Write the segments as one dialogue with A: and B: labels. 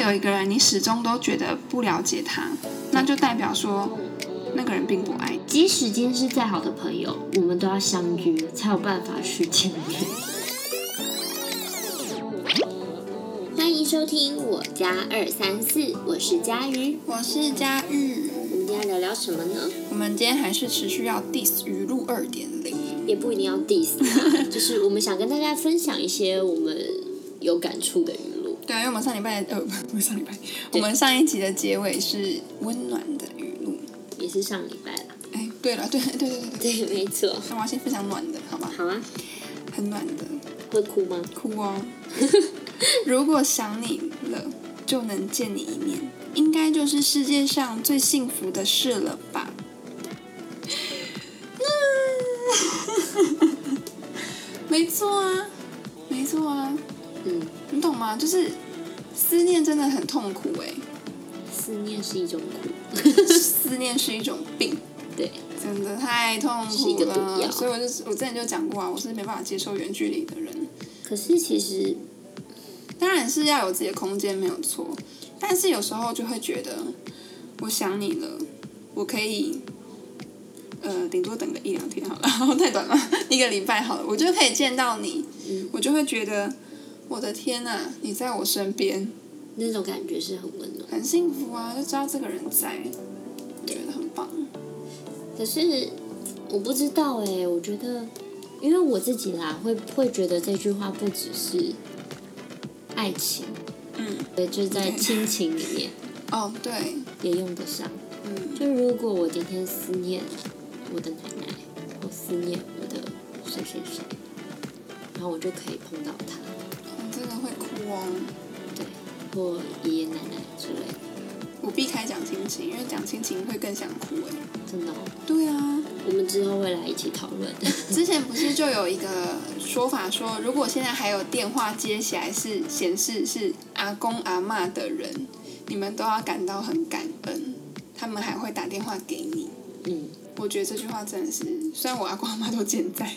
A: 有一个人你始终都觉得不了解他，那就代表说那个人并不爱你。
B: 即使今天是再好的朋友，我们都要相约，才有办法去见面。欢迎收听我家二三四，我是佳瑜。
A: 我是佳玉，
B: 我们今天聊聊什么呢？
A: 我们今天还是持续要 diss 语录二点零。
B: 也不一定要 diss，啊 就是我们想跟大家分享一些我们有感触的语录。
A: 对，因为我们上礼拜呃不不是上礼拜，我们上一集的结尾是温暖的语录。
B: 也是上礼拜啦。
A: 哎，对了，对对对对对，
B: 对，没错。
A: 那我要先分享暖的，好吧？
B: 好啊，
A: 很暖的，
B: 会哭吗？
A: 哭哦。 如果想你了，就能见你一面，应该就是世界上最幸福的事了吧？ 没错啊，没错啊，
B: 嗯，
A: 你懂吗？就是思念真的很痛苦哎、
B: 思念是一种苦，
A: 思念是一种病，
B: 对，
A: 真的太痛
B: 是一
A: 苦
B: 个毒
A: 了。
B: 药
A: 所以我就我之前就讲过啊，我是没办法接受远距离的人。
B: 可是其实
A: 当然是要有自己的空间，没有错。但是有时候就会觉得，我想你了，我可以，呃，顶多等个一两天好了，太短了，一个礼拜好了，我就可以见到你，
B: 嗯
A: 我就会觉得，我的天呐、你在我身边，
B: 那种感觉是很温暖。
A: 很幸福啊，就知道这个人在，觉得很棒。
B: 可是我不知道哎、我觉得，因为我自己啦，会会觉得这句话不只是爱情，
A: 嗯，
B: 对，就是在亲情里面
A: 哦，对，
B: 也用得上。
A: 嗯，
B: 就如果我今天思念我的奶奶，我思念我的谁谁谁，然后我就可以碰到他，
A: 我真的会哭哦。
B: 对，或爷爷奶奶之类的，
A: 我避开讲亲情，因为讲亲情会更想哭哎。
B: 真的哦、
A: 对啊，
B: 我们之后会来一起讨论。
A: 之前不是就有一个说法说，如果现在还有电话接起来是显示是阿公阿嬷的人，你们都要感到很感恩，他们还会打电话给你。
B: 嗯，
A: 我觉得这句话真的是，虽然我阿公阿妈都健在，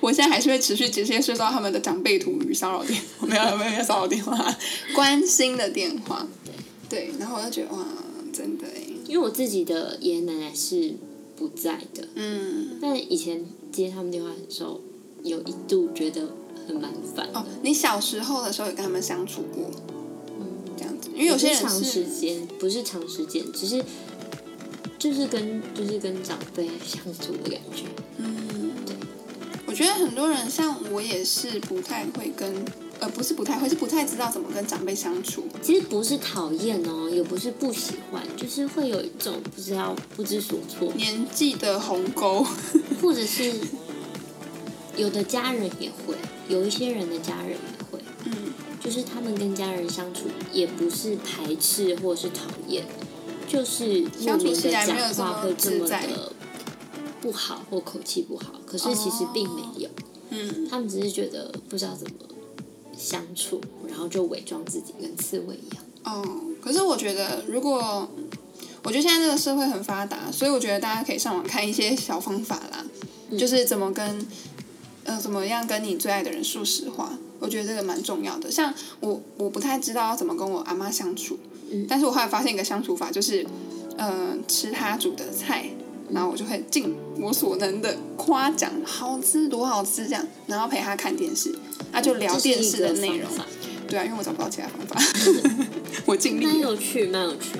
A: 我现在还是会持续直接收到他们的长辈图与骚扰电，没有没有没有骚扰电话，关心的电话。对，然后我就觉得哇，真的哎，
B: 因为我自己的爷爷奶奶是不在的，
A: 嗯，
B: 但以前接他们电话的时候，有一度觉得很麻烦的。
A: 哦，你小时候的时候有跟他们相处过
B: 嗯，
A: 这样子，因为有些人
B: 不是长
A: 是
B: 时间不是长时间，只是就是跟就是跟长辈相处的感觉。
A: 嗯
B: 对，
A: 我觉得很多人像我也是不太会跟，呃，不是不太会，是不太知道怎么跟长辈相处。
B: 其实不是讨厌哦，也不是不喜欢，就是会有一种不知道不知所措，
A: 年纪的鸿沟，
B: 或者是有的家人也会，有一些人的家人也会，
A: 嗯，
B: 就是他们跟家人相处也不是排斥或是讨厌，就是莫
A: 相处
B: 名
A: 起
B: 的
A: 来没有
B: 讲话会
A: 这
B: 这
A: 么
B: 么
A: 自在
B: 的不好或口气不好，可是其实
A: 哦
B: 并没有，
A: 嗯，
B: 他们只是觉得不知道怎么相处，然后就伪装自己跟刺猬一样。
A: 哦，可是我觉得，如果我觉得现在这个社会很发达，所以我觉得大家可以上网看一些小方法啦，
B: 嗯
A: 就是怎么跟，呃，怎么样跟你最爱的人说实话。我觉得这个蛮重要的。像我，我不太知道要怎么跟我阿妈相处，
B: 嗯
A: 但是我后来发现一个相处法，就是，呃，吃她煮的菜，
B: 嗯
A: 然后我就会尽我所能的夸奖好吃多好吃这样，然后陪她看电视，那、就聊
B: 这是
A: 电
B: 一
A: 视的
B: 个
A: 内容
B: 方。法
A: 对啊，因为我找不到其他 方法，我尽
B: 蛮
A: 力了。
B: 有趣，蛮有趣。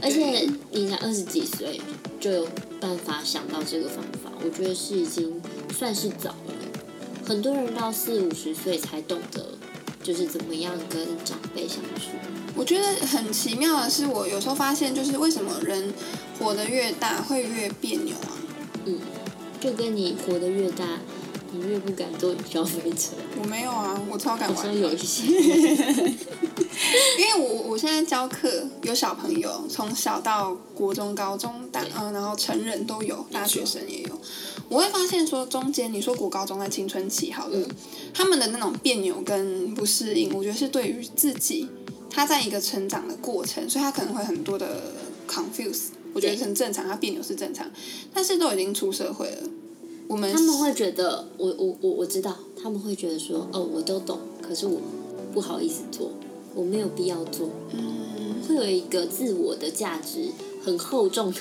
B: 而且你才二十几岁就有办法想到这个方法，我觉得是已经算是早了。很多人到四五十岁才懂得，就是怎么样跟长辈相处。
A: 我觉得很奇妙的是，我有时候发现，就是为什么人活得越大会越别扭啊？
B: 嗯，就跟你活得越大，你越不敢做消费者。
A: 我没有啊，我超敢
B: 好像
A: 玩，
B: 有一些，
A: 因为我我现在教课有小朋友，从小到国中、高中、大嗯、然后成人都有，大学生也有。我会发现说，中间你说国高中在青春期好了，
B: 嗯
A: 他们的那种别扭跟不适应，我觉得是对于自己他在一个成长的过程，所以他可能会很多的 confuse，我觉得
B: 对
A: 很正常，他别扭是正常，但是都已经出社会了，我们
B: 他们会觉得我我我我知道，他们会觉得说哦，我都懂，可是我不好意思做，我没有必要做。
A: 嗯
B: 会有一个自我的价值很厚重的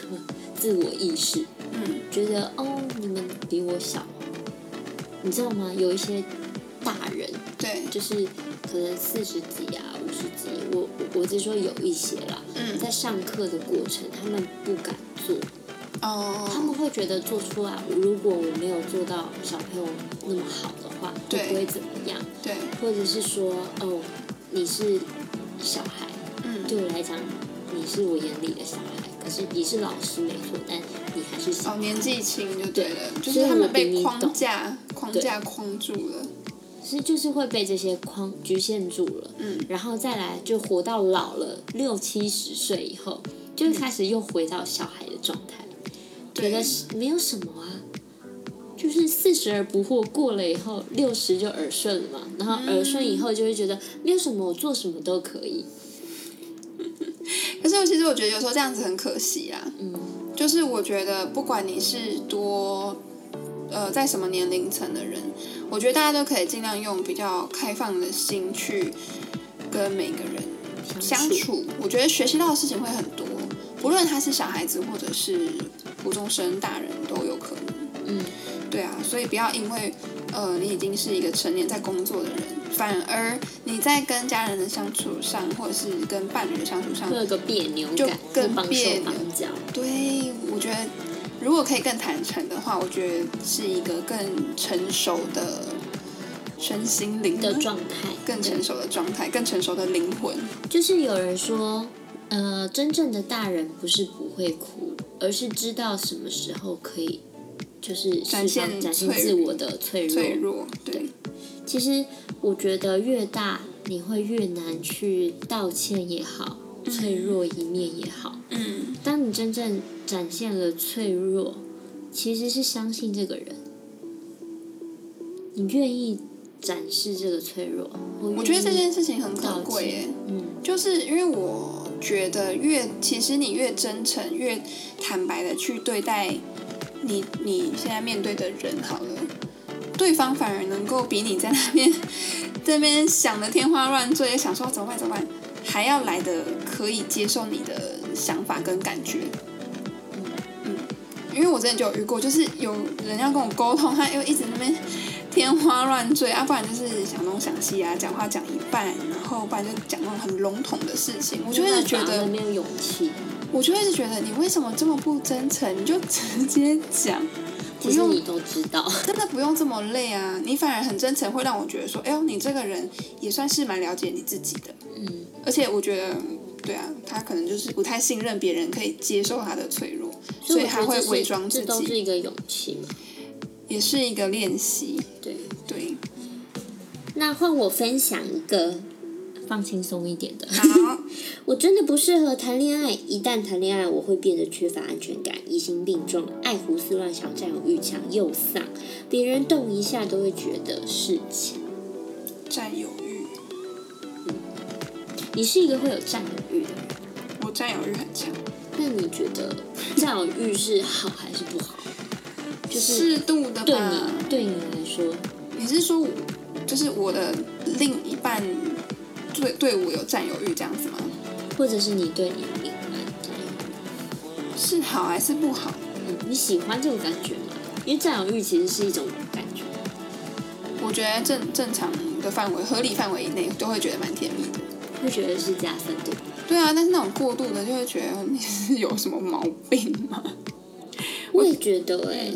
B: 自我意识，
A: 嗯，
B: 觉得哦，你们比我小，你知道吗？有一些大人
A: 对，
B: 就是可能四十几啊、五十几，我我我只说有一些啦，
A: 嗯，
B: 在上课的过程他们不敢做，他
A: 哦，
B: 们会觉得做出来，如果我没有做到小朋友那么好的话，就
A: 对
B: 不会怎么样，
A: 对，
B: 或者是说哦，你是小孩，
A: 嗯，
B: 对我来讲，你是我眼里的小孩，可是你是老师没错，但你还是小
A: 哦，
B: 孩。
A: 年纪轻就对了，
B: 对
A: 就
B: 所
A: 是
B: 以
A: 他
B: 我
A: 们
B: 比
A: 被
B: 你
A: 框
B: 懂
A: 架框架框住了，
B: 是就是会被这些框局限住了，
A: 嗯，
B: 然后再来就活到老了六七十岁以后，就开始又回到小孩的状态，觉
A: 对
B: 得是没有什么啊，就是四十而不惑，过了以后六十就耳顺了嘛，然后耳顺以后就会觉得没有什么，我做什么都可以，
A: 可是我其实我觉得有时候这样子很可惜啊，
B: 嗯，
A: 就是我觉得不管你是多。呃，在什么年龄层的人，我觉得大家都可以尽量用比较开放的心去跟每个人相处，我觉得学习到的事情会很多，不论他是小孩子或者是国中生、大人都有可能。
B: 嗯，
A: 对啊，所以不要因为呃你已经是一个成年在工作的人，反而你在跟家人的相处上，或者是跟伴侣的相处上
B: 会，有个别扭
A: 就
B: 感，
A: 更
B: 会绑手
A: 别扭嗯
B: 绑脚，
A: 对我觉得如果可以更坦诚的话，我觉得是一个更成熟的身心灵
B: 的状态
A: 更
B: 对
A: 成熟的状态，更成熟的灵魂。
B: 就是有人说，呃，真正的大人不是不会哭，而是知道什么时候可以，就是
A: 展现
B: 释放展现
A: 脆
B: 自我的脆弱。
A: 脆弱，对，
B: 其实我觉得越大，你会越难去道歉也好，脆弱一面也好。
A: 嗯，
B: 当你真正展现了脆弱，其实是相信这个人，你愿意展示这个脆弱。
A: 我觉得这
B: 愿意，
A: 件事情很可贵耶。
B: 嗯。
A: 就是因为我觉得越其实你越真诚、越坦白的去对待你你现在面对的人好了，对方反而能够比你在那边这边想的天花乱坠，也想说怎么办怎么办，还要来的可以接受你的想法跟感觉。嗯，因为我之前就有遇过，就是有人要跟我沟通，他又一直在那边天花乱坠啊，不然就是想东想西啊，讲话讲一半，然后不然就讲那种很笼统的事情，我就会一直觉得，
B: 没有勇气，
A: 我就会一直觉得你为什么这么不真诚？ 你就直接讲，不
B: 其实
A: 用
B: 你都知 道，
A: 真的不用这么累啊！你反而很真诚，会让我觉得说，哎呦，你这个人也算是蛮了解你自己的。
B: 嗯，
A: 而且我觉得，对啊，他可能就是不太信任别人，可以接受他的脆弱，所以
B: 我觉
A: 他
B: 得
A: 会
B: 这是
A: 伪装自
B: 这都是
A: 己，
B: 一个勇气嘛。
A: 也是一个练习。
B: 对，
A: 对，
B: 那换我分享一个放轻松一点的，
A: 好，
B: 我真的不适合谈恋爱，一旦谈恋爱，我会变得缺乏安全感，疑心病重，爱胡思乱想，占有欲强又丧，别人动一下都会觉得是情。
A: 占有欲，
B: 你是一个会有占有欲的人，
A: 我占有欲很强，
B: 那你觉得占有欲是好还是不好？就是
A: 适度的
B: 对
A: 吧。
B: 你对你来说，
A: 你是说我，就是我的另一半对对我有占有欲这样子吗？
B: 或者是你对你另一半占有欲
A: 是好还是不好？
B: 嗯你喜欢这种感觉吗？因为占有欲其实是一种感觉，
A: 我觉得正正常的范围、合理范围以内，都会觉得蛮甜蜜的。
B: 会觉得是加分，对吧？
A: 对啊，但是那种过度的，就会觉得你是有什么毛病吗？
B: 我也觉得哎、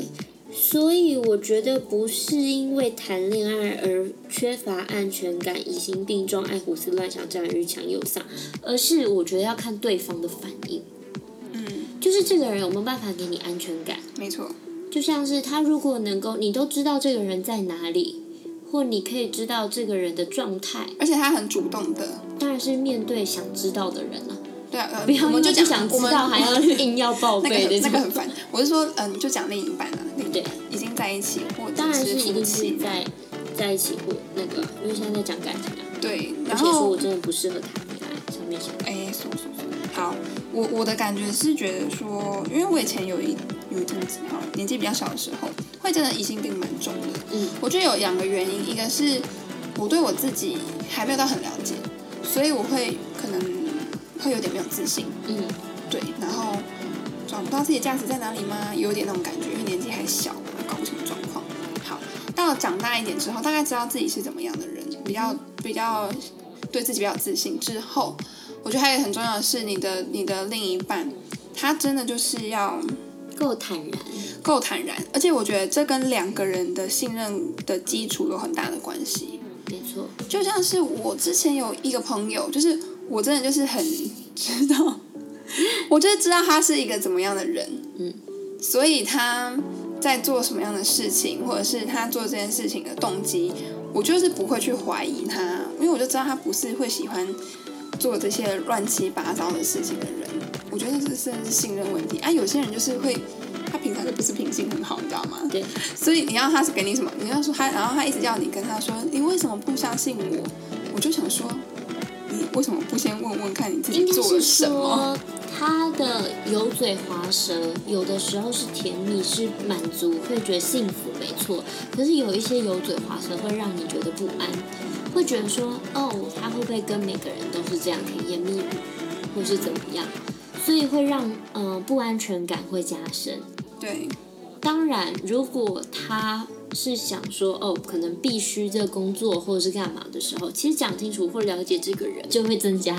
B: 所以我觉得不是因为谈恋爱而缺乏安全感、疑心病重、爱胡思乱想、占有欲强又丧，而是我觉得要看对方的反应，
A: 嗯，
B: 就是这个人有没有办法给你安全感。
A: 没错，
B: 就像是他如果能够，你都知道这个人在哪里，或你可以知道这个人的状态，
A: 而且他很主动的。
B: 当然是面对想知道的人了、
A: 对啊，呃
B: 不要
A: 我们就
B: 因为
A: 讲我
B: 不想知
A: 们
B: 道 还要硬要报
A: 那个
B: 备
A: 很
B: 的
A: 那
B: 这
A: 个
B: 种。
A: 很烦。我是说，嗯，就讲另一半啊，另一
B: 对
A: 半已经在一起或
B: 当
A: 者
B: 然是一
A: 夫
B: 定是
A: 妻，
B: 在在一起或那个，因为现在在讲感情啊。
A: 对，
B: 而
A: 然
B: 且说
A: 后
B: 我真的不适合谈恋爱，上面写的。
A: 哎，说说说，好，我我的感觉是觉得说，因为我以前有一有一阵子哈，年纪比较小的时候，会真的疑心病蛮重的。
B: 嗯，
A: 我觉得有两个原因，一个是我对我自己还没有到很了解，所以我会可能会有点没有自信，
B: 嗯，
A: 对，然后找不到自己的价值在哪里吗？有点那种感觉，因为年纪还小，搞不清楚状况。
B: 嗯
A: 好，到了长大一点之后，大概知道自己是怎么样的人，比较比较对自己比较有自信之后，我觉得还有很重要的是，你的你的另一半，他真的就是要
B: 够坦然，
A: 够坦然，而且我觉得这跟两个人的信任的基础有很大的关系。
B: 没错，
A: 就像是我之前有一个朋友，就是我真的就是很知道，我就是知道他是一个怎么样的人，
B: 嗯，
A: 所以他在做什么样的事情，或者是他做这件事情的动机，我就是不会去怀疑他，因为我就知道他不是会喜欢做这些乱七八糟的事情的人。我觉得这真的是信任问题啊！有些人就是会，他平常就不是品性很好，你知道吗？
B: 对，
A: 所以你要他是给你什么？你要说他，然后他一直要你跟他说，你为什么不相信我？我就想说，你为什么不先问问看你自己
B: 应该
A: 做
B: 是
A: 了什么？
B: 说他的油嘴滑舌，有的时候是甜蜜，是满足，会觉得幸福，没错。可是有一些油嘴滑舌会让你觉得不安，会觉得说，哦，他会不会跟每个人都是这样甜言蜜语，或是怎么样？所以会让嗯、呃不安全感会加深。
A: 对，
B: 当然，如果他是想说哦，可能必须这个工作或者是干嘛的时候，其实讲清楚或了解这个人，就会增加。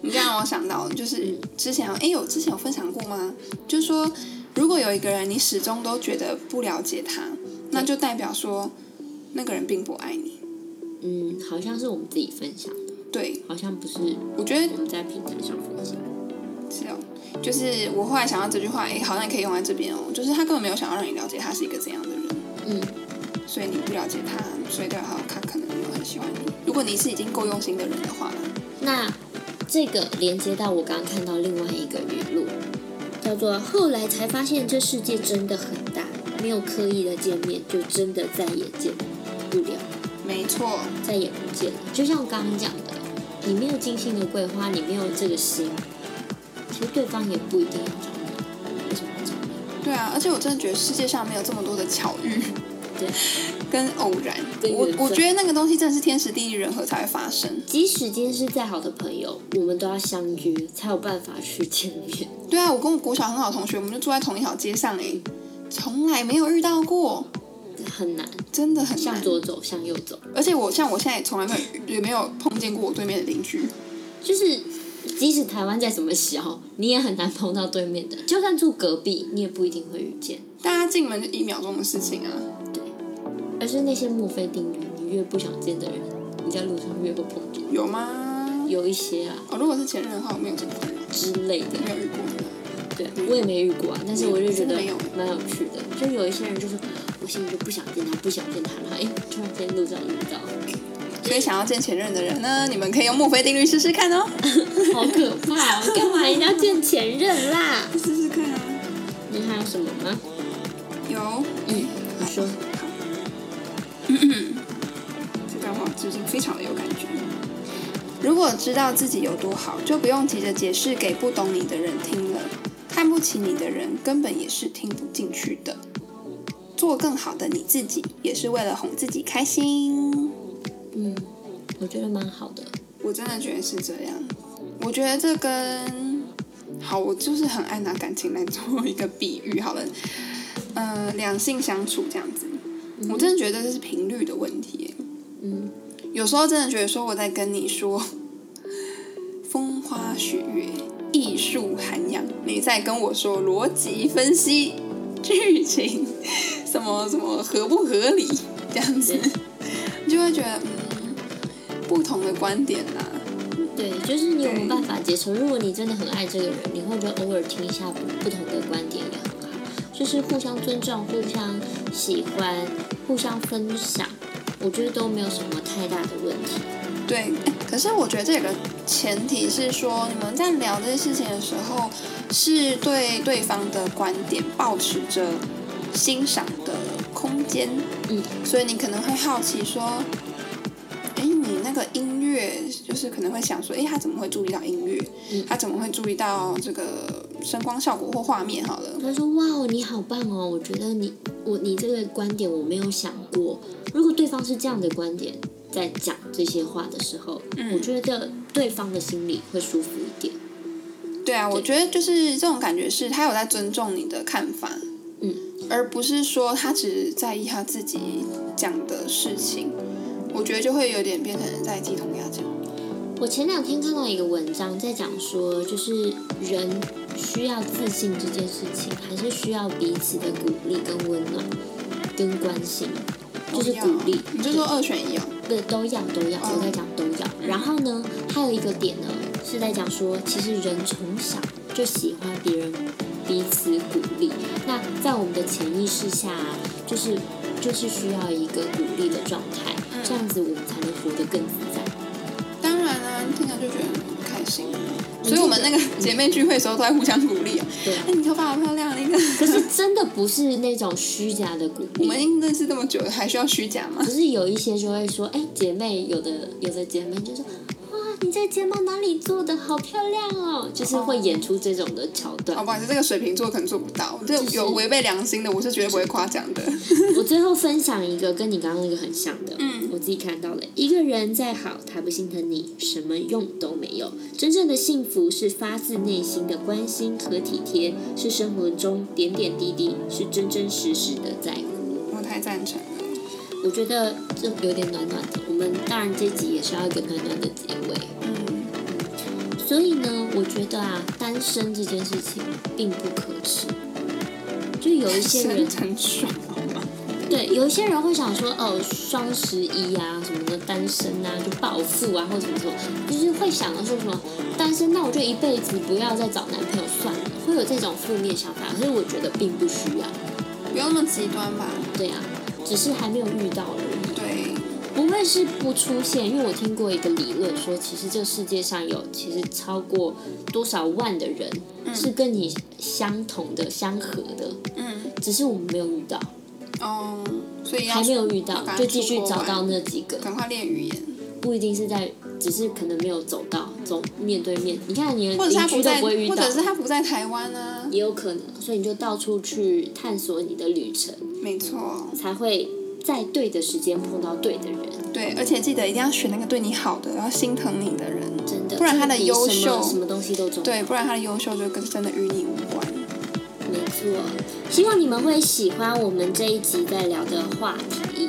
A: 你这样让我想到，就是之前哎，有之前有分享过吗？就是说，如果有一个人你始终都觉得不了解他，那就代表说那个人并不爱你。
B: 嗯，好像是我们自己分享的，
A: 对，
B: 好像不是
A: 我觉得
B: 我们在平台上分享。
A: 是哦，就是我后来想到这句话，哎，好像也可以用在这边哦。就是他根本没有想要让你了解他是一个怎样的人。
B: 嗯，
A: 所以你不了解他，所以对他他可能没有很喜欢你。如果你是已经够用心的人的话，
B: 那这个连接到我刚刚看到另外一个语录，叫做“后来才发现这世界真的很大，没有刻意的见面，就真的再也见不了。”
A: 没错，
B: 再也不见了。就像我刚刚讲的，你没有精心的规划，你没有这个心，其实对方也不一定要找你，为什么要找你？
A: 对啊，而且我真的觉得世界上没有这么多的巧 遇
B: 对，
A: 跟偶然，
B: 跟
A: 我
B: 缘分
A: 我觉得那个东西真的是天时地利人和才会发生。
B: 即使今天是再好的朋友，我们都要相遇，才有办法去见面。
A: 对啊，我跟我国小很好的同学，我们就住在同一条街上诶，从来没有遇到过，
B: 很难，
A: 真的很
B: 向
A: 难。
B: 左走，向右走，
A: 而且我像我现在也从来没有也没有碰见过我对面的邻居，
B: 就是即使台湾再怎么小，你也很难碰到对面的。就算住隔壁，你也不一定会遇见。
A: 大家进门就一秒钟的事情啊。
B: 对，而是那些墨菲定律，你越不想见的人，你在路上越会碰见。
A: 有吗？
B: 有一些啊
A: 哦，如果是前任的话，我没有这个困扰，
B: 之类的，
A: 没有遇过。
B: 对，我也没遇过啊，但是我就觉得
A: 真的没有
B: 蛮有趣的。就有一些人就是，我心里就不想见他，不想见他，然后哎，突然间路上遇到，
A: 所以想要见前任的人呢，你们可以用墨菲定律试试看哦，
B: 好可怕、哦！干嘛一定要见前任啦？
A: 试试看啊。
B: 你还有什么吗？
A: 有，
B: 嗯，你说，
A: 好。这段话我最近非常的有感觉。如果知道自己有多好，就不用急着解释给不懂你的人听了。看不起你的人，根本也是听不进去的。做更好的你自己，也是为了哄自己开心。
B: 嗯，我觉得蛮好的。
A: 我真的觉得是这样。我觉得这跟好，我就是很爱拿感情来做一个比喻，好了，呃，两性相处这样子，我真的觉得这是频率的问题耶。
B: 嗯，
A: 有时候真的觉得说我在跟你说风花雪月、艺术涵养，你在跟我说逻辑分析、剧情什么什么合不合理这样子，你就会觉得嗯，不同的观点啊啦、
B: 对，就是你有没有
A: 对
B: 办法接受？如果你真的很爱这个人，你会觉得偶尔听一下不同的观点也很好，就是互相尊重、互相喜欢、互相分享，我觉得都没有什么太大的问题。
A: 对，诶可是我觉得这有个前提是说，你们在聊这些事情的时候，是对对方的观点保持着欣赏的空间。
B: 嗯，
A: 所以你可能会好奇说，哎，你那个音乐，就是可能会想说，哎，他怎么会注意到音乐？
B: 嗯
A: 他怎么会注意到这个声光效果或画面？好了，
B: 他说：“哇哦，你好棒哦！我觉得你我你这个观点我没有想过。如果对方是这样的观点在讲这些话的时候，
A: 嗯
B: 我觉得对方的心里会舒服一点。
A: 对啊，我觉得就是这种感觉是他有在尊重你的看法，
B: 嗯，
A: 而不是说他只在意他自己讲的事情，我觉得就会有点变成在鸡同鸭讲。
B: 我前两天看到一个文章在讲说，就是人需要自信这件事情，还是需要彼此的鼓励跟温暖跟关心，就是鼓励。
A: 啊你就说嗯二选一哦，
B: 对，都要都要，我在讲都要。然后呢，还有一个点呢，是在讲说，其实人从小就喜欢别人彼此鼓励。那在我们的潜意识下啊，就是就是需要一个鼓励的状态，
A: 嗯
B: 这样子我们才能活得更自在。
A: 当然啦、听着就觉得很开心。啊
B: 嗯
A: 所以我们那个姐妹聚会的时候都在互相鼓励啊，
B: 对啊
A: 哎，你头发好漂亮，那个。
B: 可是真的不是那种虚假的鼓
A: 我
B: 励
A: 们。已经认识这么久了，还需要虚假吗
B: 可？是有一些就会说，哎、姐妹，有的有的姐妹就说，哇，你这睫毛哪里做的好漂亮哦，就是会演出这种的桥段
A: 哦，。不好意思，这个水瓶座可能做不到，这
B: 就是
A: 有违背良心的，我是绝对不会夸奖的。
B: 我最后分享一个跟你刚刚那个很像的，
A: 嗯
B: 我自己看到了，一个人再好，他不心疼你，什么用都没有。真正的幸福是发自内心的关心和体贴，是生活中点点滴滴，是真真实实的在乎。
A: 我太赞成了。
B: 我觉得这有点暖暖的，我们当然这集也是要一个暖暖的结尾。
A: 嗯，
B: 所以呢，我觉得啊，单身这件事情并不可耻。就有一些人
A: 真，很爽，好吗？
B: 对，有一些人会想说，哦，双十一啊，什么的，单身啊，就暴富啊，或者什么什么，就是会想到说什么哦单身，那我就一辈子不要再找男朋友算了，会有这种负面想法。可是我觉得并不需要，
A: 不用那么极端吧？
B: 对啊，只是还没有遇到而已。
A: 对，
B: 不会是不出现，因为我听过一个理论说，其实这世界上有其实超过多少万的人是跟你相同的、相合的，
A: 嗯，
B: 只是我们没有遇到，
A: 哦，所以要
B: 还没有遇到
A: 要，赶快
B: 就继续
A: 出国
B: 找
A: 玩
B: 到那几个，
A: 赶快练语言，
B: 不一定是在，只是可能没有走到，走面对面。你看你的
A: 或者是他
B: 邻居
A: 不
B: 都
A: 在，
B: 不会遇
A: 或
B: 到，
A: 者是他不在台湾啊。
B: 也有可能，所以你就到处去探索你的旅程，
A: 没错，
B: 才会在对的时间碰到对的人。
A: 对，而且记得一定要选那个对你好的，然后心疼你的人，
B: 真的，
A: 不然他的
B: 这比
A: 优
B: 什
A: 秀
B: 么什么东西都重要。
A: 对，不然他的优秀就跟真的与你无关。
B: 没错，希望你们会喜欢我们这一集在聊的话题。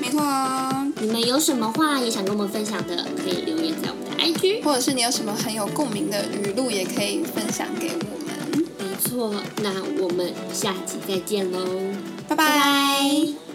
A: 没错啊，
B: 你们有什么话也想跟我们分享的，可以留言在我们的 IG。
A: 或者是你有什么很有共鸣的语录，也可以分享给我们。
B: 没错，那我们下集再见喽，
A: 拜拜。
B: 拜拜。